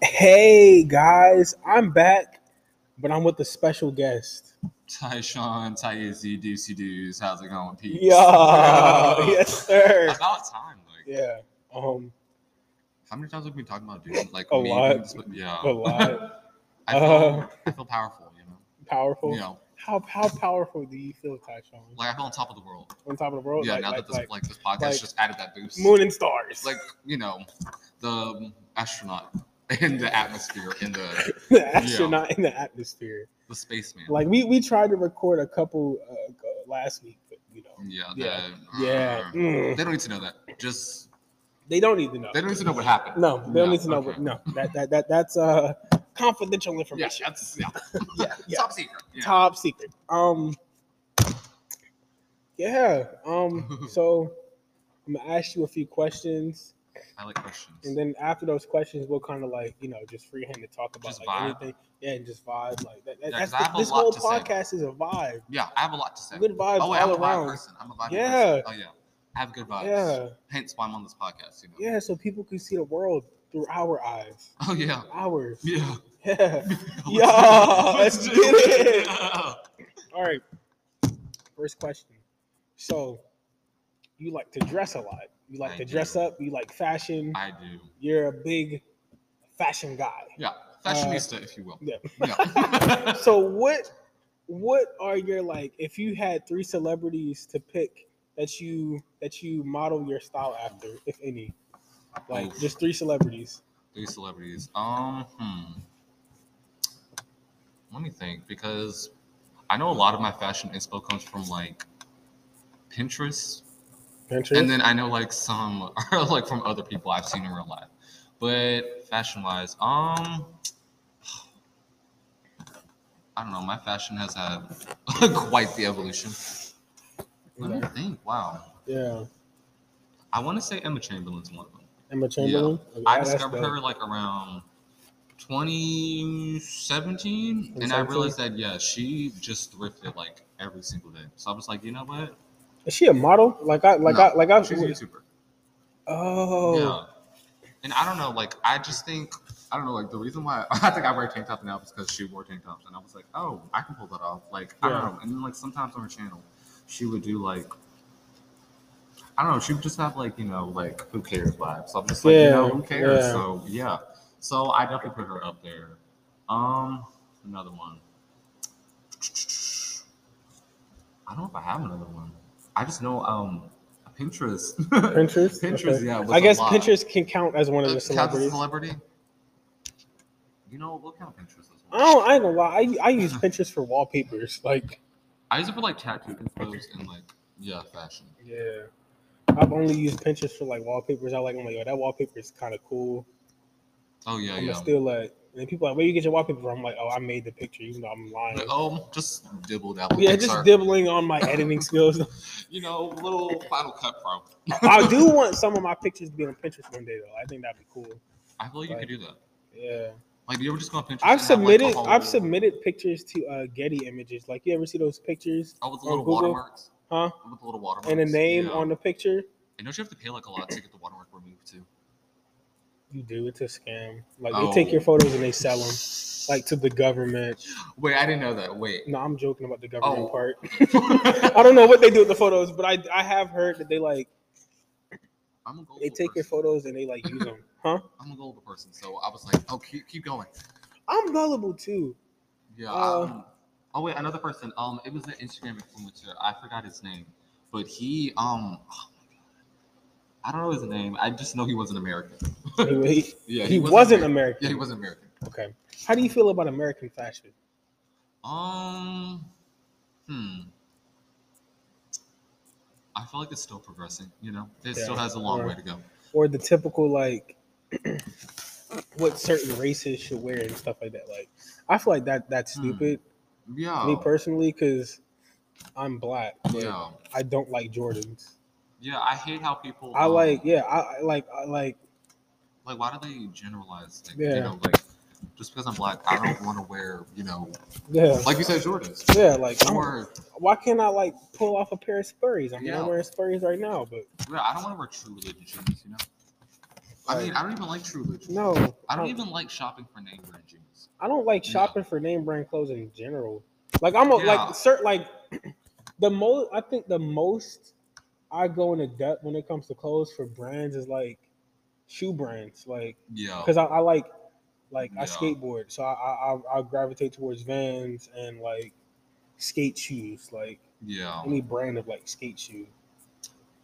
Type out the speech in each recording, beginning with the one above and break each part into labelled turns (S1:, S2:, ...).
S1: Hey guys, I'm back, but I'm with a special guest.
S2: Tyshawn, Tyazi, Deucey Doos, how's it going, peeps?
S1: Yeah, yes sir.
S2: About time, like,
S1: Yeah, um,
S2: how many times have we been talking about dudes? Like,
S1: A
S2: me,
S1: lot.
S2: this- yeah.
S1: a lot
S2: I, feel,
S1: Uh,
S2: I feel powerful, you know?
S1: powerful.
S2: You know,
S1: How how powerful do you feel, Tyshawn?
S2: like I feel on top of the world.
S1: On top of the world,
S2: yeah,
S1: like,
S2: now
S1: like,
S2: that this, like,
S1: like
S2: this podcast
S1: like-
S2: just added that boost.
S1: moon and stars.
S2: Like, you know, the um, astronaut in the atmosphere, in the,
S1: the astronaut in the atmosphere.
S2: the spaceman.
S1: Like we we tried to record a couple uh, go- last week, but you know,
S2: yeah,
S1: yeah,
S2: the-
S1: yeah, mm,
S2: They don't need to know that. Just,
S1: they don't need to know.
S2: they don't need to know what happened.
S1: No, they don't
S2: No,
S1: need to know.
S2: okay.
S1: What, no, that that that that's uh confidential
S2: Yeah,
S1: information.
S2: that's, yeah.
S1: Yeah, yeah.
S2: Top secret. Yeah.
S1: top secret. Um, yeah. Um, so I'm gonna ask you a few questions,
S2: I like questions.
S1: and then after those questions, we'll kind of like you know just freehand to talk about
S2: Just
S1: like
S2: vibe.
S1: anything. Yeah, and just vibe like that. that-
S2: Yeah,
S1: that's
S2: 'cause I have a
S1: this
S2: lot
S1: whole
S2: to say.
S1: podcast is a vibe.
S2: yeah, I have a lot to say.
S1: Good vibes
S2: oh, wait, I'm
S1: all
S2: a vibe
S1: around.
S2: person. I'm a vibe
S1: Yeah.
S2: person. Oh yeah, I have good vibes.
S1: Yeah,
S2: Hence why I'm on this podcast. You know.
S1: yeah. So people can see the world through our eyes.
S2: Oh yeah.
S1: Ours.
S2: Yeah.
S1: Yeah.
S2: Yeah.
S1: let's do it. All right. First question. So, you like to dress a lot. You like
S2: I
S1: to dress
S2: do.
S1: up. You like fashion.
S2: I do.
S1: You're a big fashion guy.
S2: Yeah. Fashionista, if you will.
S1: yeah.
S2: yeah.
S1: So what what are your like if you had three celebrities to pick that you that you model your style after, if any? Like
S2: Oof.
S1: just three celebrities.
S2: Three celebrities. Um. Hmm. Let me think because I know a lot of my fashion inspo comes from like Pinterest And then I know like some are like from other people I've seen in real life. But fashion wise, um I don't know, my fashion has had quite the evolution. Let me
S1: yeah.
S2: think. Wow.
S1: yeah.
S2: I want to say Emma Chamberlain's one of them.
S1: Emma Chamberlain. Okay,
S2: I
S1: that's
S2: discovered
S1: dope.
S2: her like around 2017 and I
S1: 2017?
S2: realized that yeah, she just thrifted like every single day. So I was like, you know what?
S1: Is she a model? Like I like
S2: No,
S1: I like I
S2: She's a YouTuber.
S1: Oh
S2: Yeah. And I don't know, like I just think I don't know, like the reason why I think I wear tank top now is because she wore tank tops, and I was like, oh, I can pull that off. Like I
S1: Yeah.
S2: don't know, and then like sometimes on her channel, she would do like I don't know, she would just have like you know like who cares vibes. So I'm just like
S1: Yeah,
S2: you know who cares.
S1: yeah.
S2: So yeah, so I definitely put her up there. Um, another one. I don't know if I have another one. I just know um Pinterest.
S1: Pinterest?
S2: Pinterest,
S1: Okay.
S2: yeah. was
S1: I
S2: a
S1: guess
S2: lot.
S1: Pinterest can count as one of the
S2: Does it count as a
S1: celebrities.
S2: celebrity? You know, we'll count Pinterest as
S1: I
S2: well.
S1: don't I ain't gonna lie, I, I use Pinterest for wallpapers. Like
S2: I use it for like tattoo clothes and like yeah, fashion.
S1: Yeah. I've only used Pinterest for like wallpapers. I like I'm like, yo, that wallpaper is kinda cool.
S2: Oh yeah,
S1: I'm
S2: yeah.
S1: gonna still like and then people are like, where you get your wallpaper from? I'm like, oh I made the picture even though I'm lying.
S2: Like, oh, just dibble dabble.
S1: yeah,
S2: Pixar.
S1: just dibbling on my editing skills.
S2: You know, little Final Cut Pro.
S1: I do want some of my pictures to be on Pinterest one day though. I think that'd be cool.
S2: I feel like you
S1: Like-
S2: could do that.
S1: Yeah.
S2: Like, do you ever just go on Pinterest?
S1: I've
S2: and have, like, a
S1: submitted
S2: whole-
S1: I've submitted pictures to uh, Getty images. Like you ever see those pictures?
S2: Oh, with the
S1: on
S2: little
S1: Google,
S2: watermarks. Oh,
S1: Huh?
S2: With the little watermarks.
S1: And a name
S2: yeah.
S1: on the picture?
S2: And don't you have to pay like a lot to get the watermark removed too?
S1: You do. It's a scam. Like
S2: Oh.
S1: they take your photos and they sell them, like to the government.
S2: Wait, I didn't know that. Wait.
S1: No, I'm joking about the government
S2: Oh.
S1: part. I don't know what they do with the photos, but I I have heard that they like
S2: I'm a gold
S1: they take your
S2: person.
S1: photos and they like use them. Huh?
S2: I'm a global person, so I was like, oh, keep, keep going.
S1: I'm gullible too.
S2: Yeah.
S1: Uh,
S2: um, oh wait, another person. Um, it was an Instagram influencer. I forgot his name, but he um, oh my God. I don't know his name. I just know he wasn't American.
S1: Anyway, he,
S2: Yeah,
S1: he wasn't
S2: American.
S1: American.
S2: Yeah, he wasn't American.
S1: Okay. How do you feel about American fashion?
S2: Um, hmm. I feel like it's still progressing. You know, it still
S1: Yeah,
S2: has a long
S1: or-
S2: way to go.
S1: Or the typical like what certain races should wear and stuff like that. Like I feel like that that's
S2: Hmm. Oh.
S1: stupid.
S2: Yeah.
S1: Me personally, because I'm black. but
S2: yeah.
S1: I don't like Jordans.
S2: Yeah. I hate how people.
S1: I
S2: um,
S1: like yeah, I I like I like
S2: like why do they generalize like
S1: Yeah.
S2: you know like just because i'm black i don't want to wear you know
S1: yeah.
S2: like you said jordan's
S1: Yeah, like I'm-
S2: or
S1: why can't I like pull off a pair of Spurries? I mean,
S2: Yeah.
S1: I'm wearing Spurries right now, but
S2: yeah, i don't want to wear true religion shoes you know I mean, I don't even like True Loot.
S1: No,
S2: I don't even like shopping for name brand jeans.
S1: I don't like
S2: No.
S1: shopping for name brand clothes in general. Like I'm a,
S2: Yeah.
S1: like certain like the most I think the most I go into depth when it comes to clothes for brands is like shoe brands, like
S2: Yeah.
S1: because I, I like like I
S2: Oh. Yeah.
S1: skateboard, so I, I I- I gravitate towards Vans and like skate shoes, like
S2: Yeah.
S1: any brand of like skate shoe.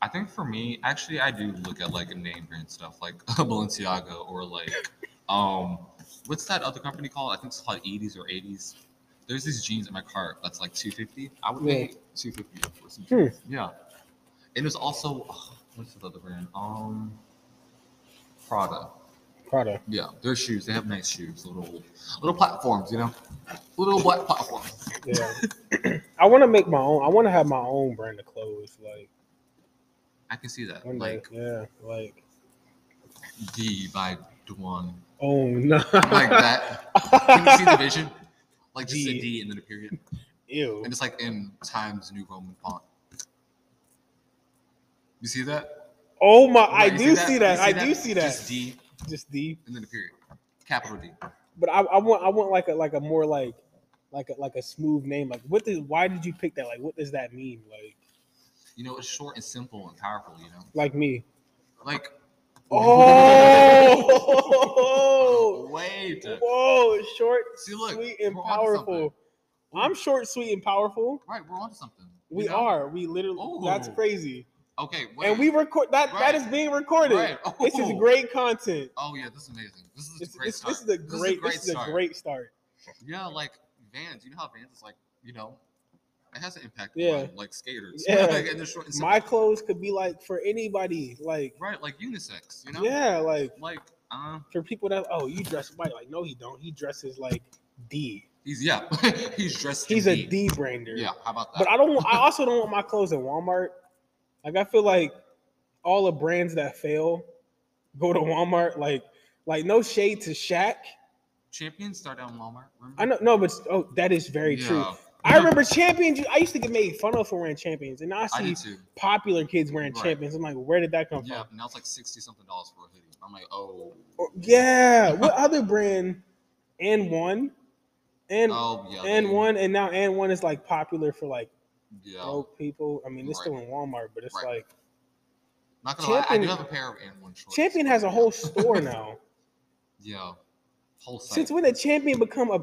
S2: I think for me, actually, I do look at like name brand stuff, like Balenciaga or like, um, what's that other company called? I think it's called 80s or 80s. There's these jeans in my cart that's like 250. I would
S1: Yeah.
S2: pay 250 for some
S1: Hmm.
S2: jeans. Yeah. And there's also oh, what's the other brand? Um, Prada.
S1: Prada.
S2: Yeah, their shoes. They have nice shoes, little little platforms, you know, little black platforms.
S1: Yeah. I want to make my own. I want to have my own brand of clothes, like
S2: I can see that,
S1: one day.
S2: like
S1: Yeah, like
S2: D by Duan,
S1: oh no,
S2: like that. Can you see the vision? Like just
S1: D.
S2: a D and then a period,
S1: Ew.
S2: and it's like in Times New Roman font. You see that?
S1: Oh my! I
S2: Right, you
S1: do see that.
S2: You
S1: I do see that.
S2: Just D
S1: Just D.
S2: and then a period, capital D.
S1: But I, I want. I want like a like a more like like a like a smooth name. Like what? Did, why did you pick that? Like what does that mean? Like
S2: You know, it's short and simple and powerful. You know,
S1: like me.
S2: like
S1: Oh.
S2: wait.
S1: Whoa! Short,
S2: See, look,
S1: sweet, and
S2: we're onto something.
S1: powerful. I'm short, sweet, and powerful.
S2: Right, we're onto something. you
S1: We
S2: know? Oh.
S1: are. We literally. That's
S2: Ooh.
S1: crazy.
S2: Okay,
S1: And we record that. That
S2: Right.
S1: is being recorded.
S2: Right.
S1: This is
S2: Ooh.
S1: great content.
S2: Oh yeah, this is amazing. This is
S1: This,
S2: a great
S1: this,
S2: start.
S1: this is a great. This is a
S2: start.
S1: great start.
S2: Yeah, like Vans. You know how Vans is like, you know, it has an impact.
S1: Yeah.
S2: On, like skaters.
S1: Yeah.
S2: Like, and they're short and simple.
S1: my clothes could be like for anybody like
S2: right, like unisex. You know.
S1: yeah like
S2: Like, uh,
S1: for people that oh you dress white like no he don't he dresses like d
S2: he's yeah, he's dressed. to
S1: he's a
S2: be.
S1: d brander
S2: Yeah, how about that?
S1: but i don't want- i also don't want my clothes in walmart like i feel like all the brands that fail go to walmart like like no shade to Shaq.
S2: Champions start out in Walmart. Remember?
S1: i know no but oh that is very true
S2: Yeah.
S1: i remember champions i used to get made fun of for wearing champions and now i
S2: I
S1: see
S2: did too.
S1: popular kids wearing
S2: Right.
S1: champions i'm like where did that come from
S2: Yeah, and now it's like sixty something dollars for a hoodie. I'm like, oh,
S1: Or- Yeah. What other brand? And one, and
S2: oh yeah.
S1: and
S2: dude.
S1: one, Oh, and now and one is like popular for like
S2: Yeah.
S1: broke people. I mean, it's still in Walmart, but it's
S2: Right.
S1: like
S2: Not gonna lie, I do
S1: Champion-
S2: have a pair of and one shorts.
S1: Champion has a whole store now.
S2: Yeah. Whole site.
S1: Since when did Champion become a?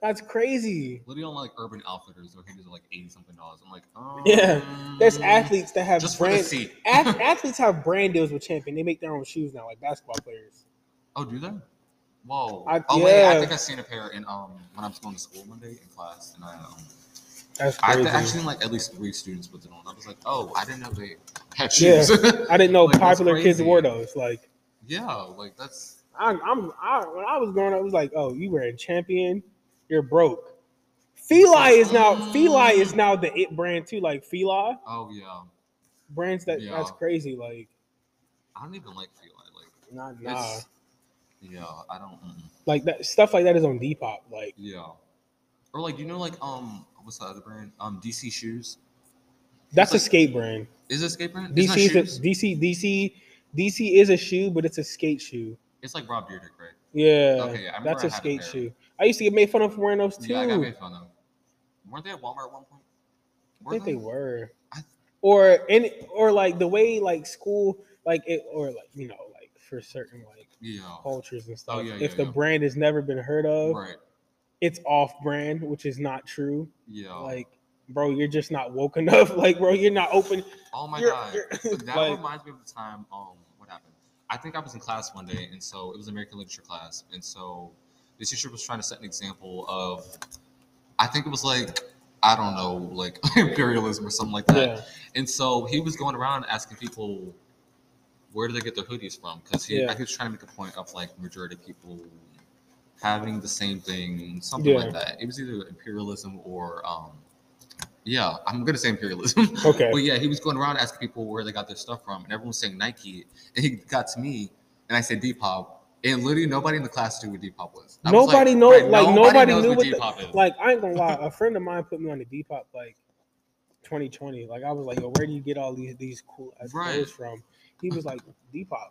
S1: That's crazy.
S2: Literally on like Urban Outfitters, their hoodies are like eighty something dollars. I'm like, um,
S1: Yeah, There's athletes that have
S2: Mm. Just for the
S1: brand.
S2: seat.
S1: ath- athletes have brand deals with Champion. They make their own shoes now, like basketball players.
S2: oh, do they? Whoa.
S1: I-
S2: oh wait,
S1: yeah.
S2: I think I seen a pair in um when I was going to school one day in class, and I um
S1: That's
S2: I
S1: crazy.
S2: th-
S1: I,
S2: actually seen, like at least three students with it on. I was like, oh, I didn't know they had
S1: Yeah.
S2: shoes.
S1: didn't know
S2: Like, that's
S1: popular kids
S2: crazy.
S1: wore those. Like
S2: yeah, like that's
S1: I'm, I'm I, when I was growing up, it was like, oh, you wearing champion, you're broke. Feli is now Feli is now the it brand too. Like Feli
S2: oh yeah.
S1: brands that that's
S2: Yeah.
S1: crazy. Like
S2: I don't even like feel like
S1: not nah,
S2: it's yeah. I don't. mm
S1: like that stuff like that is on Depop. Like
S2: Yeah. Or like you know like um what's the other brand um DC shoes
S1: that's
S2: like-
S1: a skate brand.
S2: is it a skate brand? It's not
S1: DC is
S2: shoes.
S1: a, DC DC DC is a shoe, but it's a skate shoe.
S2: It's like Rob Dyrdek, right?
S1: Yeah,
S2: Okay, I remember
S1: that's
S2: I
S1: a
S2: had a
S1: skate
S2: pair.
S1: shoe. I used to get made fun of for wearing those too.
S2: Yeah, I got made fun of. Weren't they at Walmart at one point?
S1: I think they were.
S2: I-
S1: Or and or like the way like school like it or like you know like for certain like
S2: Yeah.
S1: cultures and stuff.
S2: Oh, yeah,
S1: if
S2: yeah,
S1: the
S2: yeah.
S1: brand has never been heard of,
S2: Right.
S1: it's off brand, which is not true.
S2: Yeah.
S1: Like, bro, you're just not woke enough. Like, bro, you're not open.
S2: oh my
S1: you're-
S2: god.
S1: you're-
S2: that
S1: like-
S2: reminds me of the time. Um, what happened? I think I was in class one day, and so it was American literature class, and so the teacher was trying to set an example of, I think it was like, I don't know, like imperialism or something like that.
S1: Yeah,
S2: And so he was going around asking people where do they get their hoodies from? Because he,
S1: Yeah.
S2: I think he was trying to make a point of like majority of people having the same thing, something
S1: Yeah.
S2: like that. It was either imperialism or um, yeah, I'm gonna say imperialism.
S1: Okay.
S2: but yeah, he was going around asking people where they got their stuff from, and everyone was saying Nike. And he got to me, and I said Depop, and literally nobody in the class knew what Depop was. I was
S1: Nobody know-
S2: "Right,
S1: like, nobody
S2: knows
S1: knew
S2: what
S1: what the-
S2: Depop is.
S1: like I ain't gonna lie. A friend of mine put me on the Depop like 2020. Like I was like, yo, where do you get all these these cool ass
S2: Right.
S1: clothes from? He was like, Depop.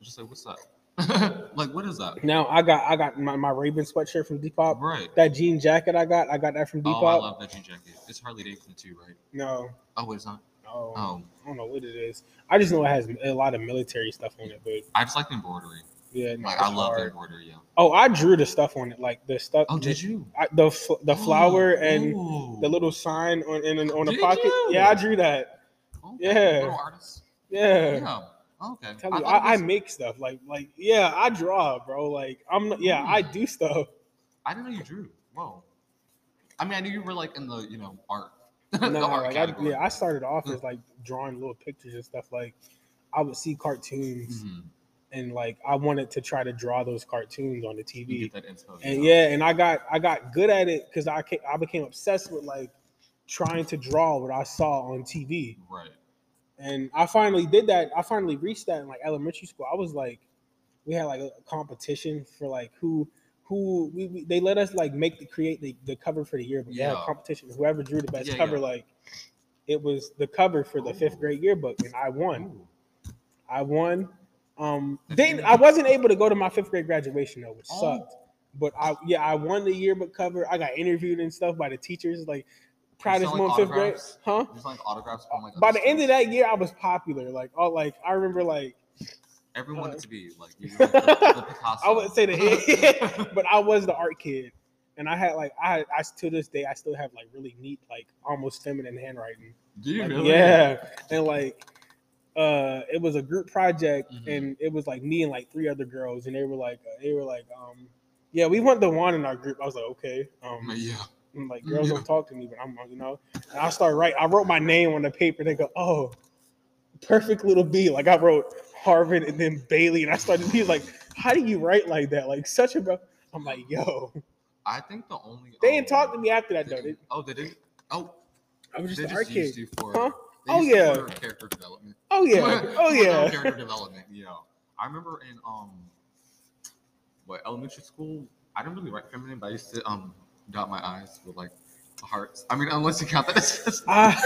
S2: just like, what's that? like, what is that?
S1: Now I got I got my, my Raven sweatshirt from Depop.
S2: Right.
S1: That jean jacket I got, I got that from Depop.
S2: Oh, I love that jean jacket. It's Harley Davidson too, right?
S1: no,
S2: Oh, it's not.
S1: no,
S2: Oh,
S1: I don't know what it is. I just know it has a lot of military stuff on it, but
S2: I just like the embroidery.
S1: yeah, no,
S2: Like,
S1: it's
S2: I love the
S1: hard.
S2: embroidery. Yeah.
S1: Oh, I drew the stuff on it, like the stuff.
S2: Oh, did you?
S1: I, the fl- the flower
S2: Oh,
S1: and the
S2: ooh.
S1: little sign on in, on the
S2: Did
S1: pocket.
S2: you?
S1: Yeah, I drew that.
S2: Okay,
S1: yeah.
S2: Little artist.
S1: Yeah.
S2: Yeah. Okay.
S1: Tell you,
S2: thought it
S1: I, I
S2: was-
S1: make stuff like like yeah, I draw, bro. Like I'm not- yeah, I do stuff.
S2: I didn't know you drew. Whoa. I mean, I knew you were like in the you know art.
S1: No,
S2: the art
S1: like I,
S2: category. Hmm.
S1: yeah, I started off as like drawing little pictures and stuff. Like I would see cartoons
S2: Mhm.
S1: and like I wanted to try to draw those cartoons on the
S2: You
S1: TV.
S2: get that info. you
S1: And
S2: know.
S1: yeah, and I got I got good at it because I ca- I became obsessed with like trying to draw what I saw on TV.
S2: Right.
S1: And I finally did that. I finally reached that in like elementary school. I was like, we had like a competition for like who who we, we they let us like make the create the, the cover for the yearbook. Yeah,
S2: Yeah.
S1: competition. Whoever drew the best
S2: Yeah,
S1: cover,
S2: yeah.
S1: like it was the cover for the fifth
S2: Ooh.
S1: grade yearbook, and I won.
S2: Ooh.
S1: I won. Um,
S2: That's
S1: then
S2: amazing.
S1: I wasn't able to go to my fifth grade graduation though, which
S2: Oh.
S1: sucked. But I yeah, I won the yearbook cover. I got interviewed and stuff by the teachers, like proudest
S2: sell, like,
S1: moment fifth grade,
S2: autographs?
S1: huh?
S2: There's like autographs from like.
S1: By
S2: other
S1: the end of
S2: schools.
S1: that year, I was popular. Like all like I remember like
S2: everyone
S1: uh,
S2: wanted to be like you were, like, the, the Picasso.
S1: I would say the but I was the art kid, and I had like I I to this day I still have like really neat like almost feminine handwriting.
S2: Do you
S1: Like,
S2: really?
S1: Yeah, and like uh, it was a group project,
S2: Mhm.
S1: and it was like me and like three other girls, and they were like uh, they were like um yeah we want the one in our group. I was like okay
S2: I mean,
S1: um
S2: Mm-hmm. Yeah.
S1: I'm like girls don't talk to me, but I'm uh, you know and I start writing. I wrote my name on the paper. They go oh perfect little B like I wrote Harvard and then Bailey, and I started he was like how do you write like that like such a bro. I'm like yo
S2: I think the only
S1: they didn't
S2: um,
S1: talk to me after that
S2: they
S1: though. They,
S2: didn't- oh, they didn't. Oh,
S1: I was just
S2: they just
S1: an art
S2: used
S1: kid.
S2: you for.
S1: Huh?
S2: they
S1: Oh,
S2: used you
S1: yeah.
S2: for Character development.
S1: Oh yeah, oh
S2: For their own
S1: yeah.
S2: Character development. Yeah. I remember in um, what elementary school? I didn't really write feminine, but I used to um dot my eyes with like hearts. I mean, unless you count that as.
S1: Ah.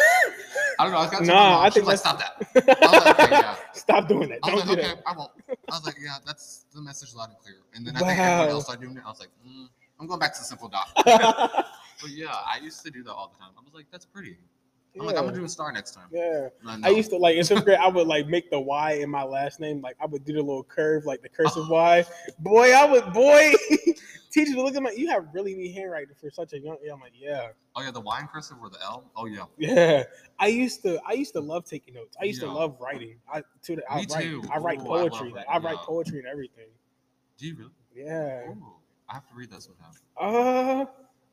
S2: I don't know. I was gonna tell
S1: Nah,
S2: my mom,
S1: I
S2: she
S1: think
S2: was like,
S1: that's-
S2: stop that. I was like, okay, yeah.
S1: Stop doing that.
S2: I was
S1: Don't do
S2: like, okay,
S1: that.
S2: I won't. I was like, yeah, that's the message loud and clear. And then I think everyone
S1: Wow.
S2: else started doing it. I was like, mm, I'm going back to simple dot. but
S1: yeah.
S2: yeah, I used to do that all the time. I was like, that's pretty. I'm like, I'm gonna do a star next time.
S1: yeah.
S2: And then,
S1: I used to like in fifth grade. I would like make the Y in my last name. Like I would do the little curve, like the cursive Y. Boy, I would. Boy, teachers would look at me. You have really neat handwriting for such a young. Yeah, I'm like, yeah,
S2: oh yeah, the Y and cursive or the L. Oh yeah,
S1: yeah. I used to. I used to love taking notes. I used
S2: Yeah.
S1: to love writing. I to the, I
S2: Me
S1: write.
S2: too.
S1: I write
S2: Ooh, I love
S1: poetry. like, I,
S2: writing,
S1: write
S2: yeah.
S1: poetry and everything.
S2: do you really?
S1: Yeah.
S2: Ooh, I have to read that sometime.
S1: Uh,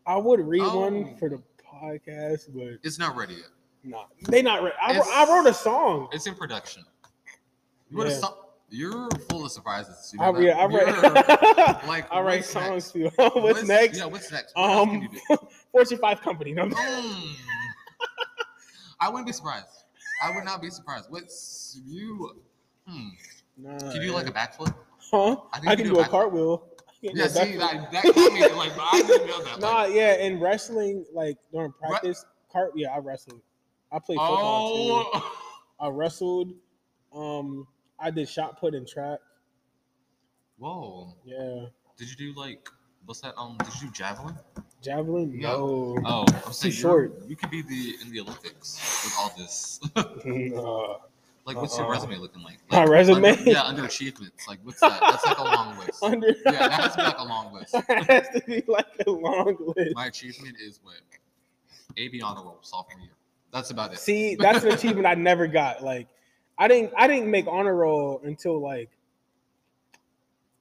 S1: I would read one
S2: Oh.
S1: for the podcast, but
S2: It's not ready yet.
S1: no, they not. Re- I, wrote- I
S2: It's-
S1: wrote a song.
S2: It's in production. You would
S1: Yeah.
S2: have You're full of surprises. You know
S1: I,
S2: that?
S1: yeah, I
S2: You're-
S1: write.
S2: Like,
S1: I write
S2: what's
S1: songs
S2: next?
S1: for you. What's next?
S2: Yeah, what's next? What else can
S1: Um,
S2: you do?
S1: Fortune five company. No,
S2: Mm. I wouldn't be surprised. I would not be surprised. What's you? Hmm.
S1: nah,
S2: Can you do like a backflip?
S1: huh?
S2: I think
S1: I can
S2: you do
S1: do
S2: a
S1: a
S2: back-
S1: cartwheel. I can do
S2: Yeah,
S1: a
S2: see,
S1: backflip.
S2: like that caught me. Like, I didn't know that.
S1: nah,
S2: Like,
S1: yeah. In wrestling, like during practice, cart. Yeah, I wrestled. I played football too.
S2: oh,
S1: I wrestled. Um, I did shot put and track.
S2: whoa!
S1: Yeah,
S2: Did you do like what's that? Um, did you do javelin?
S1: javelin.
S2: Yeah.
S1: No,
S2: Oh, I'm saying
S1: Too
S2: you're- You could be the in the Olympics with all this.
S1: Nah.
S2: Like, what's your
S1: Uh-uh.
S2: resume looking like?
S1: My
S2: Like,
S1: resume?
S2: under- yeah, under achievements. Like, what's that? That's like a long list.
S1: under.
S2: Yeah, that has to be like a long list.
S1: It has to be like a long list.
S2: My achievement is what? AB honor roll sophomore year. That's about it.
S1: See, that's an achievement I never got. Like, I didn't I didn't make honor roll until like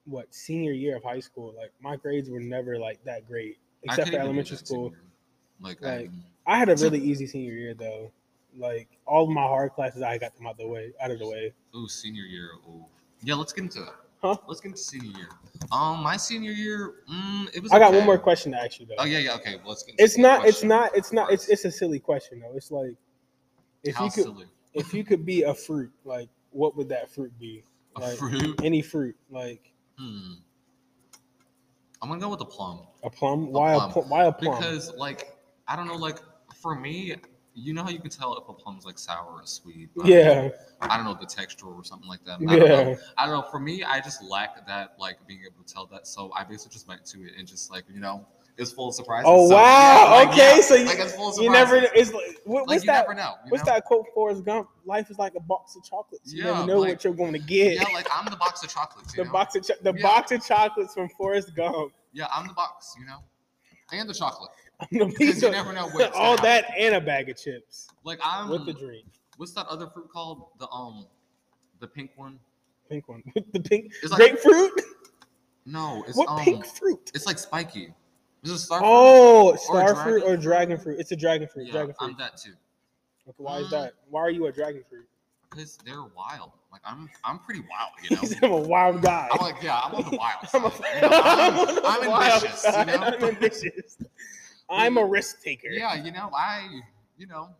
S1: what senior year of high school. Like my grades were never like that great,
S2: I
S1: except
S2: couldn't
S1: for
S2: even do
S1: elementary
S2: that
S1: school.
S2: senior year. Like, I
S1: Like,
S2: didn't-
S1: I had a really easy senior year though. Like all of my hard classes, I got them out the way, out of the way.
S2: ooh, senior year. Ooh. Yeah, let's get into that.
S1: Huh?
S2: Let's get into senior year. Um, my senior year, mm, it was.
S1: I got one
S2: okay.
S1: more question to ask you though.
S2: Oh yeah, yeah. Okay, well, let's get. into
S1: It's
S2: the
S1: not. It's
S2: question
S1: not. It's not. It's
S2: first.
S1: it's a silly question though. It's like if
S2: How
S1: you could
S2: silly.
S1: if you could be a fruit, like what would that fruit be?
S2: A
S1: Like
S2: fruit.
S1: any fruit, like
S2: Hmm. I'm gonna go with a plum.
S1: a plum. Why a
S2: plum.
S1: plum? Why a plum?
S2: because like I don't know, like for me, you know how you can tell if a plum's like sour or sweet. by,
S1: Yeah.
S2: I don't know the texture or something like that. I don't know.
S1: Yeah.
S2: I don't know. For me, I just lack that, like being able to tell that. So I basically just went to it and just like you know, it's full of surprises.
S1: Oh
S2: So,
S1: wow.
S2: yeah, like,
S1: okay.
S2: yeah,
S1: so you,
S2: like it's full of
S1: you never.
S2: surprises.
S1: It's like, what,
S2: like
S1: what's
S2: you
S1: that?
S2: never know. you
S1: What's
S2: know?
S1: that quote? Forrest Gump. Life is like a box of chocolates. You
S2: Yeah,
S1: never know
S2: like-
S1: what you're going to get.
S2: Yeah, like I'm the box of chocolates. You
S1: the
S2: know?
S1: box of cho- the
S2: Yeah.
S1: box of chocolates from Forrest Gump.
S2: Yeah, I'm the box. You know, and the chocolate.
S1: The
S2: Because
S1: piece
S2: you
S1: of,
S2: never know what's Um,
S1: all that and a bag of chips
S2: Like I'm.
S1: with the drink.
S2: what's that other fruit called? The um, the pink one.
S1: Pink one. the pink
S2: It's like
S1: grapefruit.
S2: no. It's
S1: What
S2: um.
S1: pink fruit?
S2: It's like spiky. Is it star?
S1: Oh,
S2: Or
S1: star fruit
S2: dragon
S1: or dragon fruit? It's a dragon fruit.
S2: yeah,
S1: dragon fruit.
S2: I'm that too.
S1: Okay, why is
S2: Mm.
S1: that? Why are you a dragon fruit?
S2: Cause they're wild. Like I'm, I'm pretty wild. You know.
S1: I'm a wild guy.
S2: I'm like, yeah, I'm on the wild.
S1: I'm, a,
S2: side, you know? I'm,
S1: on the
S2: I'm
S1: wild
S2: ambitious. You
S1: side.
S2: know.
S1: I'm ambitious. I'm a risk taker.
S2: Yeah, you know, I, you know,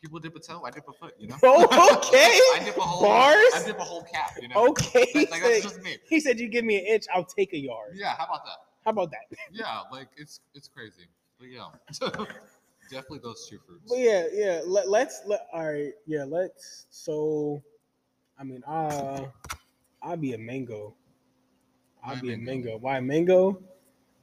S2: people dip a toe, I dip a foot. You know.
S1: Oh, okay.
S2: I dip a whole
S1: Bars?
S2: I dip a whole cap. You know.
S1: Okay.
S2: Like, like, that's
S1: so
S2: just me.
S1: he said, "You give me an inch, I'll take a yard."
S2: Yeah. How about that?
S1: How about that?
S2: Yeah, like it's it's crazy. But yeah, definitely those two fruits.
S1: But yeah, yeah. Let, let's let all right. Yeah, let's. So, I mean, uh, I'd be a mango.
S2: Why
S1: I'd be a
S2: mango?
S1: mango. Why mango?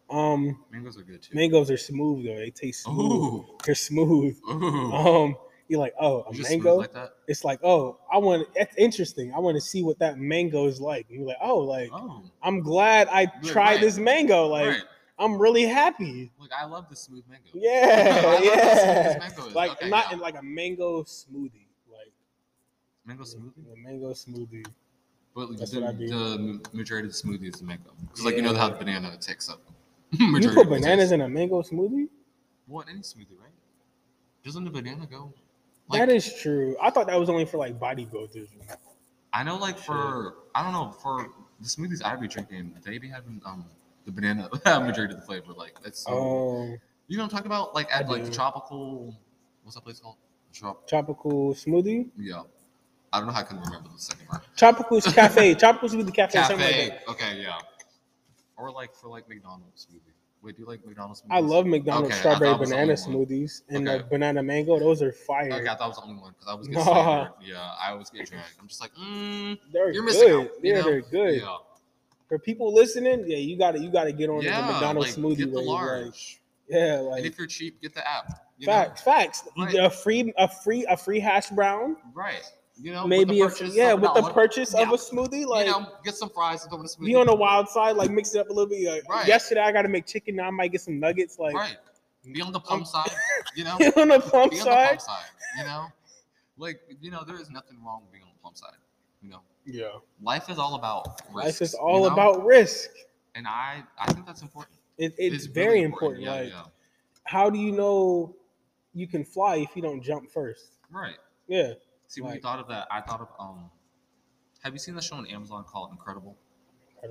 S1: Um,
S2: Mangoes are good too.
S1: mangoes are smooth though. They taste smooth.
S2: Ooh,
S1: They're smooth.
S2: ooh.
S1: Um, you're like, oh, a
S2: You just
S1: mango.
S2: smooth like that.
S1: it's like, oh, I want. That's interesting. I want to see what that mango is like. And you're like, oh, like
S2: Oh,
S1: I'm glad I
S2: Right,
S1: tried
S2: right.
S1: this mango. Like
S2: right.
S1: I'm really happy.
S2: Look, I love the smooth mango. I
S1: Yeah,
S2: love how
S1: yeah.
S2: smooth this mango is.
S1: like
S2: Okay,
S1: not
S2: yeah.
S1: in like a mango smoothie, like
S2: mango smoothie,
S1: a mango smoothie.
S2: but
S1: That's
S2: the,
S1: what I do.
S2: the majority of the smoothie is the mango. Because like you know
S1: Yeah.
S2: how the banana takes up.
S1: You
S2: majority
S1: put
S2: of the
S1: bananas
S2: taste.
S1: in a mango smoothie?
S2: Well, in any smoothie, right? Doesn't the banana go?
S1: that is true. I thought that was only for like bodybuilders.
S2: I know, like for I don't know for the smoothies I be drinking, they be having um the banana majority of the flavor. Like that's so,
S1: Um,
S2: you know what I'm talking about like at
S1: I
S2: like the
S1: do.
S2: tropical what's that place called? Trop-
S1: tropical smoothie,
S2: yeah, I don't know how I can remember the second word.
S1: tropical cafe, tropical smoothie cafe,
S2: Cafe.
S1: something like that.
S2: okay, yeah. Or like for like McDonald's smoothie. Wait, do you like McDonald's? Smoothies?
S1: I love McDonald's
S2: Okay, I thought
S1: strawberry
S2: it was the
S1: banana
S2: only one.
S1: smoothies and
S2: Okay.
S1: the banana mango. Those are fire.
S2: Okay, I thought I was the only one because I was getting
S1: Nah.
S2: slandered. Yeah, I always get dragged. I'm just like, mm,
S1: They're
S2: you're missing
S1: good.
S2: out. you
S1: yeah,
S2: know?
S1: they're good.
S2: Yeah,
S1: For people listening, yeah, you got to you got to get on to
S2: yeah.
S1: the McDonald's
S2: like,
S1: smoothie.
S2: get the
S1: wave,
S2: large.
S1: like, yeah, like
S2: and if you're cheap, get the app. You know?
S1: Facts, facts.
S2: Like-
S1: a free, a free, a free hash brown.
S2: Right. You know,
S1: maybe,
S2: with
S1: if-
S2: the purchase
S1: yeah,
S2: of
S1: with
S2: an
S1: the
S2: outlet,
S1: purchase of
S2: yeah.
S1: a smoothie, like
S2: you know, get some fries and throw in a smoothie.
S1: be on the wild side, like mix it up a little bit. Like,
S2: Right.
S1: Yesterday I got to make chicken. Now I might get some nuggets. Like
S2: right. Be on the plum side. You know,
S1: be
S2: be
S1: on the plump
S2: on the
S1: side.
S2: plum side. You know, like you know, there is nothing wrong with being on the plum side. You know,
S1: Yeah,
S2: life is all about risk.
S1: life is
S2: you
S1: all
S2: know?
S1: about risk.
S2: and I I think that's important.
S1: It, it's,
S2: really
S1: very important. like,
S2: Yeah,
S1: how do you know you can fly if you don't jump first?
S2: yeah. Right.
S1: Yeah,
S2: See, when you
S1: Like-
S2: thought of that, I thought of um. Have you seen the show on Amazon called Incredible?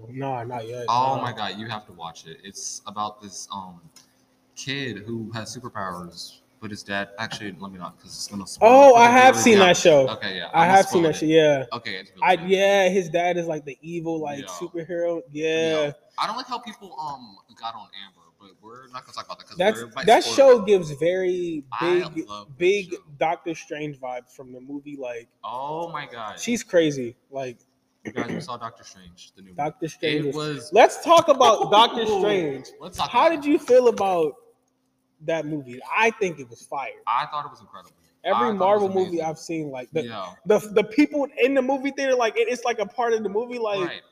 S1: nah, not yet.
S2: Oh
S1: nah.
S2: my god, you have to watch it. It's about this um kid who has superpowers, but his dad actually let me not because it's gonna. Spoil it
S1: Oh,
S2: for
S1: I
S2: the
S1: have
S2: viewers.
S1: seen
S2: Yeah.
S1: that show.
S2: Okay, yeah,
S1: I
S2: I'ma
S1: have seen
S2: spoil
S1: that show.
S2: it.
S1: Yeah.
S2: Okay, it's really
S1: I
S2: good.
S1: yeah, his dad is like the evil like
S2: Yeah.
S1: superhero.
S2: Yeah.
S1: Yeah.
S2: I don't like how people um got on Amber, but we're not gonna talk about that because
S1: That's
S2: we're about to
S1: that
S2: spoil
S1: show
S2: it.
S1: gives very
S2: I
S1: big
S2: love that
S1: big
S2: show.
S1: Doctor Strange vibes from the movie. Like
S2: Oh my god,
S1: she's crazy. Like
S2: you guys we saw Doctor Strange, the new movie.
S1: Doctor Strange.
S2: It
S1: is-
S2: was.
S1: Let's talk about Doctor
S2: Ooh.
S1: Strange.
S2: Let's talk.
S1: How
S2: about
S1: did
S2: it.
S1: you feel about that movie? I think it was fire.
S2: I thought it was incredible. I thought
S1: Every
S2: it was
S1: Marvel movie
S2: amazing.
S1: I've seen, like the,
S2: yeah,
S1: the the people in the movie theater, like it, it's like a part of the movie. Like
S2: right.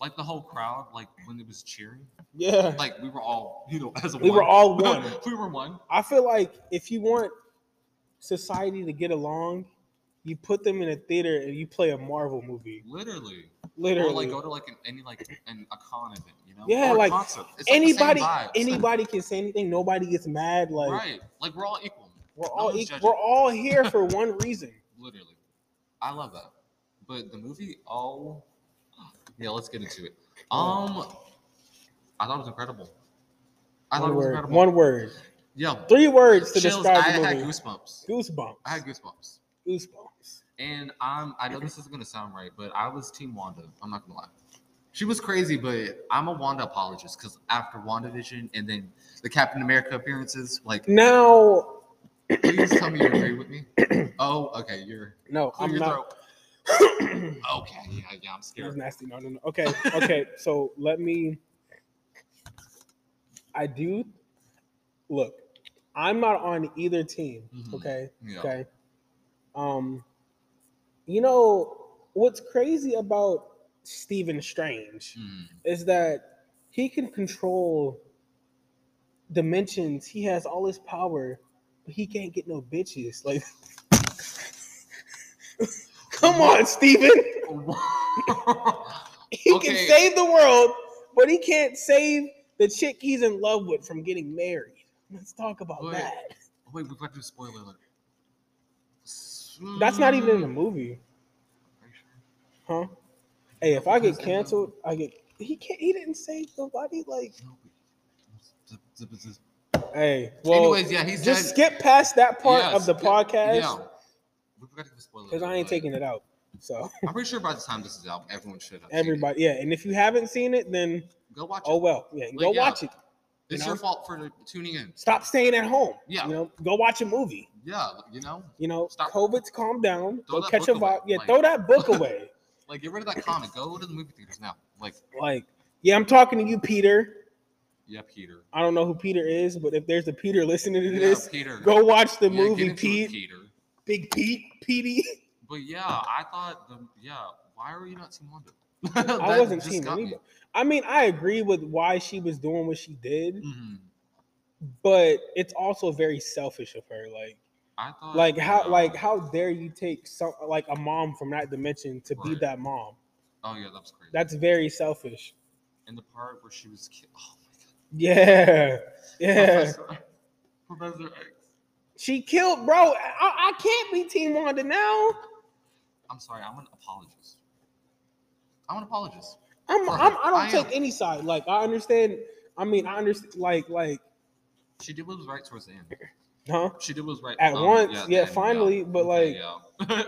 S2: Like the whole crowd, like when it was cheering,
S1: yeah,
S2: like we were all, you know, as a
S1: we were
S2: one.
S1: all one.
S2: we were one.
S1: I feel like if you want society to get along, you put them in a theater and you play a Marvel movie.
S2: Literally.
S1: Literally,
S2: Or like go to like an, any like an a con event, you know?
S1: Yeah,
S2: Or a
S1: like,
S2: concert. It's
S1: anybody,
S2: like the same vibes.
S1: anybody can say anything. Nobody gets mad. Like
S2: right. Like we're all equal.
S1: we're
S2: No
S1: all
S2: one's
S1: equal.
S2: judging.
S1: we're all here for one reason.
S2: literally. I love that. But the movie, oh yeah, let's get into it. Um I thought it was incredible. I thought
S1: one
S2: it was
S1: word.
S2: incredible.
S1: One word.
S2: yeah.
S1: Three words to
S2: chills.
S1: describe
S2: I
S1: the
S2: had
S1: movie.
S2: goosebumps.
S1: goosebumps.
S2: I had goosebumps.
S1: goosebumps.
S2: And I'm I know this isn't gonna sound right, but I was Team Wanda. I'm not gonna lie. She was crazy, but I'm a Wanda apologist because after WandaVision and then the Captain America appearances, like
S1: Now,
S2: Please tell me you agree with me. Oh, okay. You're
S1: No,
S2: clear
S1: I'm
S2: your
S1: not.
S2: throat. Okay, yeah, yeah.
S1: It
S2: I'm
S1: was
S2: scared.
S1: nasty. No, no, no. Okay, okay. so let me. I do. Look, I'm not on either team.
S2: Mhm.
S1: Okay.
S2: Yeah.
S1: Okay. Um, you know what's crazy about Stephen Strange
S2: Mm,
S1: is that he can control dimensions. He has all his power, but he can't get no bitches. Like, come on, Steven.
S2: Hmm.
S1: He
S2: Okay.
S1: can save the world, but he can't save the chick he's in love with from getting married. Let's talk about
S2: Wait.
S1: that.
S2: Wait, we've got to do a spoiler alert.
S1: That's not even in
S2: mm.
S1: the movie, huh? Hey, if I get canceled, I get. He can't. He didn't save nobody. Like, hey. Well,
S2: Anyways, yeah, he's
S1: just
S2: dead.
S1: skip past that part
S2: Yeah,
S1: of the
S2: skip-
S1: podcast
S2: Yeah. We forgot to give a spoiler.
S1: because I
S2: alert,
S1: ain't
S2: but
S1: taking it out. So
S2: I'm pretty sure by the time this is out, everyone should have. seen it.
S1: everybody, yeah. And if you haven't seen it, then
S2: go watch it.
S1: oh well. Yeah, go
S2: Like, yeah.
S1: watch it.
S2: it's
S1: you
S2: your
S1: know?
S2: fault for tuning in.
S1: Stop staying at home.
S2: Yeah.
S1: You know, go watch a movie.
S2: Yeah, you know,
S1: You know,
S2: Stop.
S1: COVID's calm down. go
S2: Throw that
S1: catch a
S2: book away,
S1: vibe. Yeah,
S2: like-
S1: throw that book away.
S2: like get rid of that comic. Go to the movie theaters now. Like,
S1: like, yeah, I'm talking to you, Peter.
S2: yeah, Peter.
S1: I don't know who Peter is, but if there's a Peter listening to
S2: Yeah,
S1: this,
S2: Peter.
S1: go watch the
S2: Yeah, get
S1: movie,
S2: into it,
S1: Pete.
S2: Peter.
S1: Big Pete, Petey.
S2: But yeah, I thought the yeah. Why are you not Team Wonder?
S1: I wasn't team Reba. I mean, I agree with why she was doing what she did,
S2: hmm
S1: but it's also very selfish of her. Like,
S2: I thought
S1: like how,
S2: yeah.
S1: like how dare you take some like a mom from that dimension to be
S2: Right.
S1: that mom?
S2: oh yeah, that was crazy.
S1: That's very selfish.
S2: in the part where she was killed. Oh my god.
S1: Yeah, yeah.
S2: Professor, Professor X.
S1: She killed, bro. I, I can't be Team Wanda now.
S2: I'm sorry. I'm an apologist. I'm an apologist.
S1: I'm,
S2: Right.
S1: I'm I
S2: I
S1: don't
S2: am-
S1: take any side. Like I understand. I mean, I understand. Like, like,
S2: She did what was right towards the end.
S1: huh?
S2: She did what was right
S1: At
S2: um,
S1: once,
S2: at the
S1: yeah,
S2: end,
S1: finally, but,
S2: yeah.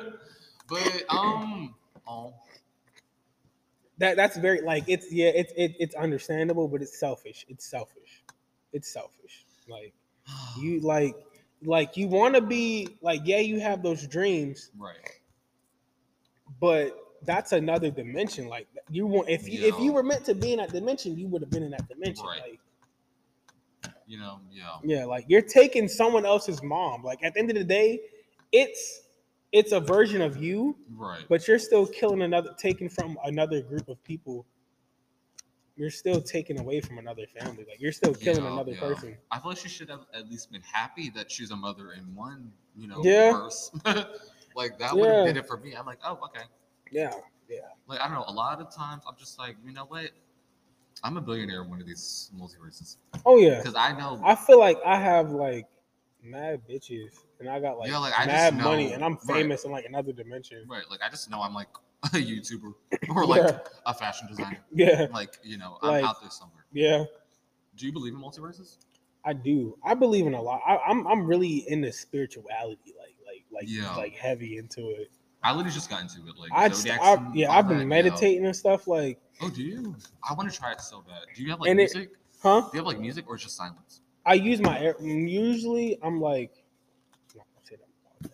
S2: but um, oh,
S1: That that's very like it's yeah it's it, it's understandable, but it's selfish. It's selfish. It's selfish. Like you like like you want to be like yeah you have those dreams,
S2: right.
S1: but that's another dimension. Like you want if you if you
S2: Yeah.
S1: were meant to be in that dimension, you would have been in that dimension.
S2: Right.
S1: Like
S2: You know, yeah.
S1: Yeah, like you're taking someone else's mom. Like at the end of the day, it's it's a version of you,
S2: Right.
S1: but you're still killing another, taking from another group of people. You're still taking away from another family. Like you're still killing
S2: Yeah,
S1: another
S2: yeah.
S1: person.
S2: I feel like she should have at least been happy that she's a mother in one, you know,
S1: Yeah.
S2: verse. like that would have
S1: Yeah.
S2: did it for me. I'm like, oh, okay.
S1: Yeah,
S2: Like I don't know. A lot of times I'm just like, you know what? I'm a billionaire in one of these multiverses
S1: Oh yeah.
S2: because I know.
S1: I feel like I have like mad bitches, and I got like,
S2: Yeah, like, I
S1: mad
S2: just
S1: money,
S2: know-
S1: and I'm
S2: right.
S1: famous in like another dimension.
S2: Right, like I just know I'm like a YouTuber or like
S1: Yeah.
S2: a fashion designer.
S1: Yeah,
S2: Like, you know, I'm
S1: Like-
S2: out there somewhere.
S1: yeah.
S2: Do you believe in multiverses?
S1: I do. I believe in a lot. I, I'm I'm really into spirituality, like like like
S2: Yeah.
S1: like heavy into it.
S2: I literally just got into it. Like,
S1: I, just,
S2: zodiacs
S1: I
S2: and
S1: yeah,
S2: all
S1: I've
S2: that,
S1: been
S2: you know.
S1: meditating and stuff like,
S2: Oh, do you? I want to try it so bad. Do you have like
S1: And it-
S2: music?
S1: huh?
S2: Do you have like music or just silence?
S1: I use my air. Usually, I'm like, no, I said I'm-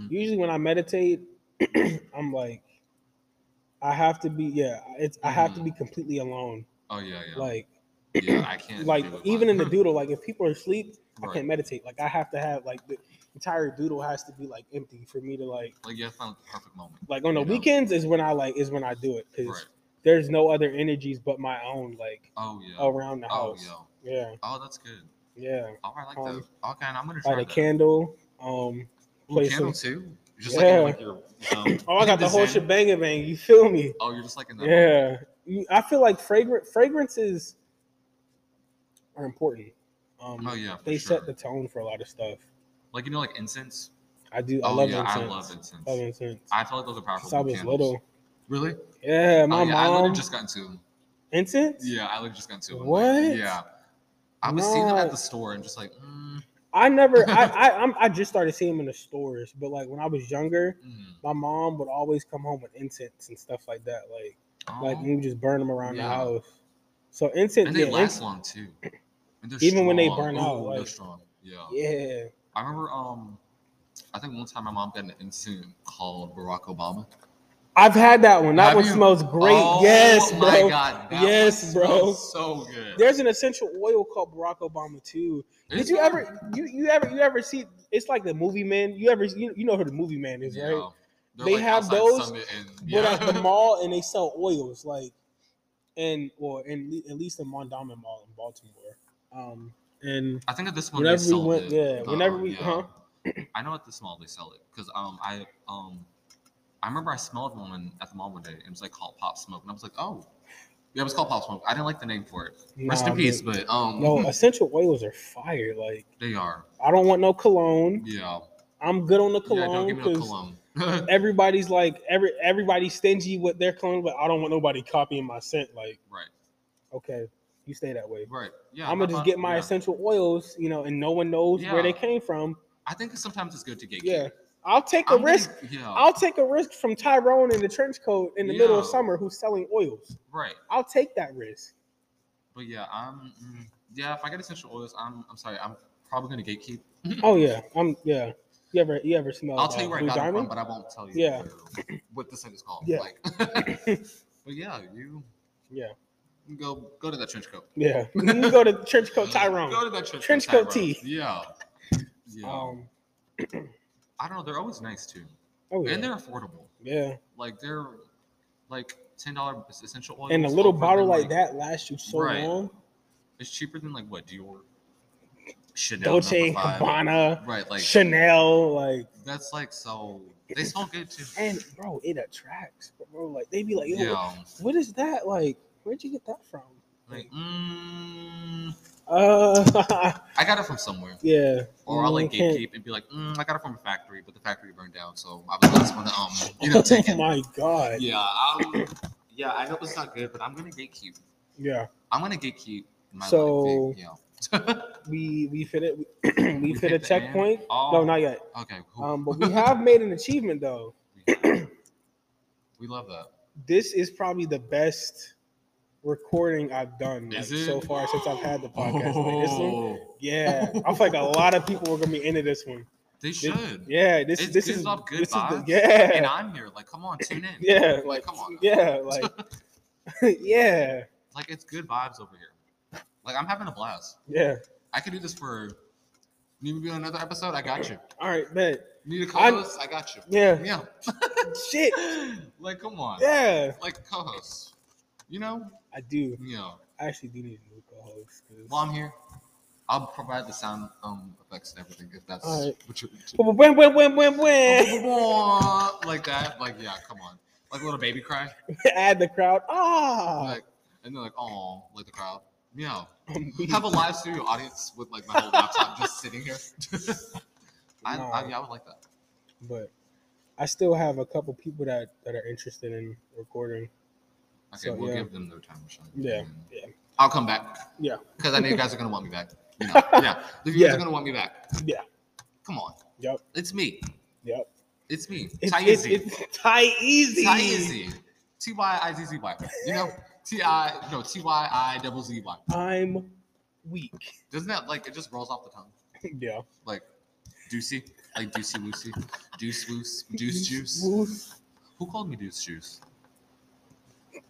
S2: Mhm.
S1: usually when I meditate, I'm like, I have to be yeah, it's I have to
S2: Mhm.
S1: be completely alone.
S2: Oh yeah, yeah.
S1: Like
S2: yeah, I can't.
S1: like
S2: do it
S1: even in the
S2: by-
S1: doodle, like if people are asleep, I
S2: Right.
S1: can't meditate. Like I have to have like the entire doodle has to be like empty for me to like
S2: Like you have to find the perfect moment.
S1: like on the
S2: You know?
S1: weekends is when I like is when I do it because
S2: Right.
S1: there's no other energies but my own like
S2: Oh yeah.
S1: around the
S2: oh
S1: house.
S2: yeah.
S1: Yeah,
S2: Oh, that's good.
S1: yeah.
S2: Oh, I like
S1: Um,
S2: that. Okay, and I'm gonna try
S1: Light a
S2: that.
S1: candle. Um,
S2: Ooh,
S1: place
S2: candle
S1: some-
S2: too. Just like, in,
S1: Yeah.
S2: like your. Um,
S1: oh, I got the whole
S2: Zen-
S1: shebang bang. You feel me?
S2: Oh, you're just like in that. moment.
S1: Yeah. You, I feel like fragrant fragrances are important. Um,
S2: Oh yeah. for
S1: they
S2: sure.
S1: set the tone for a lot of stuff.
S2: Like you know, like incense.
S1: I do. I
S2: oh
S1: love
S2: yeah,
S1: incense.
S2: I love incense.
S1: Love incense.
S2: I feel like those are powerful.
S1: Since I
S2: blue
S1: was
S2: candles.
S1: little.
S2: Really?
S1: Yeah,
S2: oh,
S1: my
S2: yeah, I
S1: mom
S2: literally just got into them.
S1: incense.
S2: Yeah, I literally just got into them. like,
S1: What?
S2: yeah. I was seeing them at
S1: No.
S2: the store and just like, mm,
S1: I never. I I I'm, I just started seeing them in the stores, but like when I was younger,
S2: mm.
S1: my mom would always come home with incense and stuff like that. Like
S2: Oh.
S1: like we would just burn them around the
S2: Yeah.
S1: house. So incense,
S2: and
S1: yeah,
S2: they last
S1: inc-
S2: long too. And they're
S1: Even when they
S2: strong.
S1: burn out,
S2: Ooh, they're
S1: like-
S2: strong. Yeah.
S1: yeah.
S2: I remember um I think one time my mom got an instant called Barack Obama.
S1: I've had that one. That
S2: Have
S1: one
S2: you?
S1: smells great.
S2: Oh
S1: yes, bro.
S2: my god. that
S1: Yes, bro.
S2: one smells So good.
S1: There's an essential oil called Barack Obama too. Did
S2: It's
S1: you
S2: good.
S1: ever you you ever you ever see? It's like the movie man. You ever you, you know who the movie man is,
S2: Yeah.
S1: right?
S2: They're,
S1: They have
S2: outside
S1: those,
S2: Summit and-
S1: But
S2: yeah.
S1: at the mall and they sell oils like, and or in le- at least in Mondawmin Mall in Baltimore. Um, and
S2: I think at this one
S1: Whenever
S2: they
S1: we
S2: sell
S1: went-
S2: it. Oh,
S1: yeah, whenever we- huh?
S2: I know at this mall they sell it because um I um I remember I smelled one at the mall one day and it was like called pop smoke and I was like oh yeah it was called pop smoke I didn't like the name for it rest
S1: nah,
S2: in peace but um
S1: but- No, essential oils are fire. Like
S2: they are
S1: I don't want no cologne.
S2: yeah
S1: I'm good on the
S2: yeah don't
S1: cologne
S2: give me no
S1: 'cause
S2: cologne
S1: everybody's like every everybody's stingy with their cologne, but I don't want nobody copying my scent. Like
S2: right
S1: okay, you stay that way.
S2: right yeah
S1: I'm gonna just get my
S2: yeah.
S1: essential oils, you know, and no one knows where they
S2: Yeah.
S1: came from.
S2: I think sometimes it's good to get
S1: Yeah, I'll take a
S2: I'm gonna-
S1: risk.
S2: yeah
S1: I'll take a risk from Tyrone in the trench coat in the middle of
S2: Yeah.
S1: summer who's selling oils.
S2: right
S1: I'll take that risk.
S2: but yeah I'm mm, yeah if I get essential oils I'm I'm sorry I'm probably gonna gatekeep
S1: Oh yeah, I'm yeah. You ever you ever smell? uh,
S2: I'll tell you where I
S1: Oh, Blue
S2: got it from,
S1: Diamond?
S2: but I won't tell you
S1: Yeah.
S2: where- what the scent is called.
S1: Yeah.
S2: Like, but yeah, you
S1: Yeah,
S2: you go go to that trench coat.
S1: yeah. You go to trench coat Tyrone.
S2: Go to that trench,
S1: Trench
S2: coat.
S1: coat
S2: Tyrone.
S1: tea.
S2: Yeah. Yeah.
S1: Um,
S2: I don't know. They're always nice too,
S1: oh
S2: and
S1: yeah,
S2: they're affordable.
S1: yeah.
S2: Like they're like ten dollar essential oil.
S1: And a little bottle like that lasts you so
S2: Right.
S1: long.
S2: It's cheaper than like what Dior, Chanel,
S1: Dolce
S2: number five.
S1: Gabbana,
S2: Right. Like
S1: Chanel, like.
S2: that's like so. They smell good too.
S1: And bro, it attracts, bro. Like they be like, Yo,
S2: yeah.
S1: what is that? Like, where'd you get that from?
S2: Like, mm,
S1: Uh,
S2: I got it from somewhere.
S1: yeah.
S2: Or I'll like
S1: Mm, can't-
S2: gatekeep and be like, mm, I got it from a factory, but the factory burned down, so I was the last one to um, you know, take
S1: oh
S2: it.
S1: my god.
S2: Yeah, um, yeah, I know it's not good, but I'm gonna gatekeep.
S1: Yeah.
S2: I'm gonna gatekeep my
S1: So-
S2: so, yeah.
S1: We we fit it. We, we fit a
S2: hit the end.
S1: checkpoint.
S2: Oh,
S1: No, not yet.
S2: okay, cool.
S1: Um, but we have made an achievement though.
S2: we love that.
S1: This is probably the best recording I've done like,
S2: Is it?
S1: so far since I've had the podcast. Like, this one,
S2: Oh,
S1: yeah, I feel like a lot of people are gonna be into this one.
S2: they should.
S1: Yeah, this
S2: It
S1: this
S2: gives
S1: is
S2: off good
S1: this is the,
S2: vibes,
S1: yeah.
S2: And I'm here. Like, come on, tune in.
S1: Yeah,
S2: Like, come on.
S1: Yeah, like, yeah,
S2: Like, it's good vibes over here. Like, I'm having a blast.
S1: yeah.
S2: I could do this for. Need me to be on another episode? I got you.
S1: All right, bet.
S2: Need a
S1: I'm-
S2: co-host? I got you.
S1: Yeah,
S2: Yeah.
S1: shit.
S2: like, come on.
S1: Yeah,
S2: Like, co-host. You know?
S1: I do.
S2: Yeah.
S1: I actually do need a new co-host. 'cause-
S2: While I'm here, I'll provide the sound um, effects and everything if that's
S1: All right.
S2: what you're
S1: Win, win, win, win, win.
S2: into. like that. Like, yeah, come on. Like a little baby cry.
S1: Add the crowd. Ah,
S2: Like, and they're like, oh, like the crowd. Yeah.
S1: I'm weak.
S2: Have a live studio audience with like my whole laptop just sitting here. I, I,
S1: No,
S2: yeah, I would like that.
S1: but I still have a couple people that that are interested in recording.
S2: Okay,
S1: So,
S2: we'll
S1: yeah.
S2: give them their time. Sean.
S1: Yeah,
S2: And
S1: yeah.
S2: I'll come back.
S1: Yeah.
S2: Because I know you guys are gonna want me back. You know, yeah. You guys
S1: Yeah.
S2: are gonna want me back.
S1: Yeah.
S2: Come on.
S1: Yep,
S2: It's me.
S1: yep.
S2: It's me.
S1: It's
S2: Ty
S1: it's,
S2: Izzy.
S1: it's Ty Easy.
S2: Ty Izzy. T Y I Z Z Y. You know? T I no T Y I double Z Y.
S1: I'm weak.
S2: Doesn't that like it just rolls off the tongue?
S1: yeah.
S2: Like Deucey. Like Deucey Lucy. Deuce Loose. Deuce Juice.
S1: Deuce,
S2: Who called me Deuce Juice?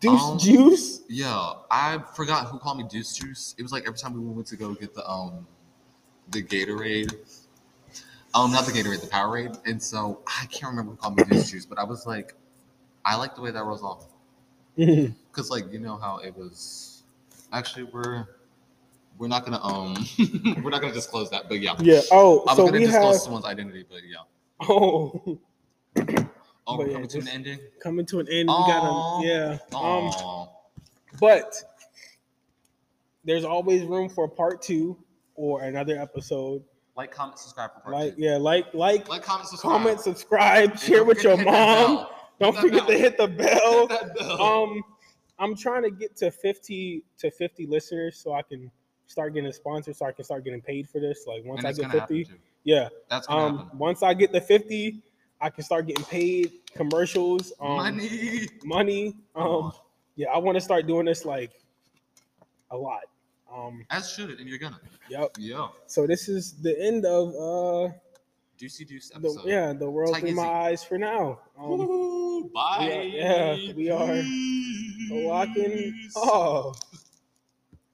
S1: Deuce
S2: Um,
S1: juice.
S2: Yeah, I forgot who called me Deuce Juice. It was like every time we went to go get the um the Gatorade. Um, not the Gatorade, the Powerade. And so I can't remember who called me Deuce Juice, but I was like, I like the way that rolls off.
S1: Mhm.
S2: Cause like you know how it was actually we're we're not gonna um we're not gonna disclose that, but yeah.
S1: yeah. Oh,
S2: I was
S1: so
S2: gonna
S1: we
S2: disclose
S1: have.
S2: someone's identity, but yeah.
S1: Oh,
S2: Oh,
S1: But
S2: we're
S1: yeah,
S2: coming to an
S1: just-
S2: ending.
S1: coming to an end.
S2: Aw.
S1: We gotta. Yeah. Um.
S2: Oh,
S1: But there's always room for part two or another episode.
S2: like, comment, subscribe for part
S1: Like,
S2: two.
S1: yeah, like, like,
S2: Like, comment, subscribe.
S1: comment, subscribe,
S2: And
S1: share
S2: don't
S1: with your
S2: forget to
S1: mom.
S2: hit that bell. Hit
S1: Don't
S2: that
S1: forget to
S2: bell.
S1: hit the bell.
S2: Hit that bell.
S1: Um, I'm trying to get to 50 to 50 listeners so I can start getting sponsored, so I can start getting paid for this. Like once
S2: And
S1: I
S2: it's
S1: get
S2: gonna happen,
S1: 50,
S2: too.
S1: yeah.
S2: That's gonna
S1: Um,
S2: happen.
S1: once I get the 50, I can start getting paid commercials, um,
S2: Money.
S1: money.
S2: Come
S1: Um,
S2: on.
S1: yeah, I want to start doing this like a lot. Um,
S2: As should, and you're gonna.
S1: yep.
S2: Yo,
S1: So this is the end of uh,
S2: deucey deuce
S1: the,
S2: episode.
S1: yeah, the world
S2: Take it
S1: through my
S2: easy.
S1: eyes for now. Um,
S2: Woo, bye.
S1: yeah, we are
S2: Peace.
S1: locking. Oh.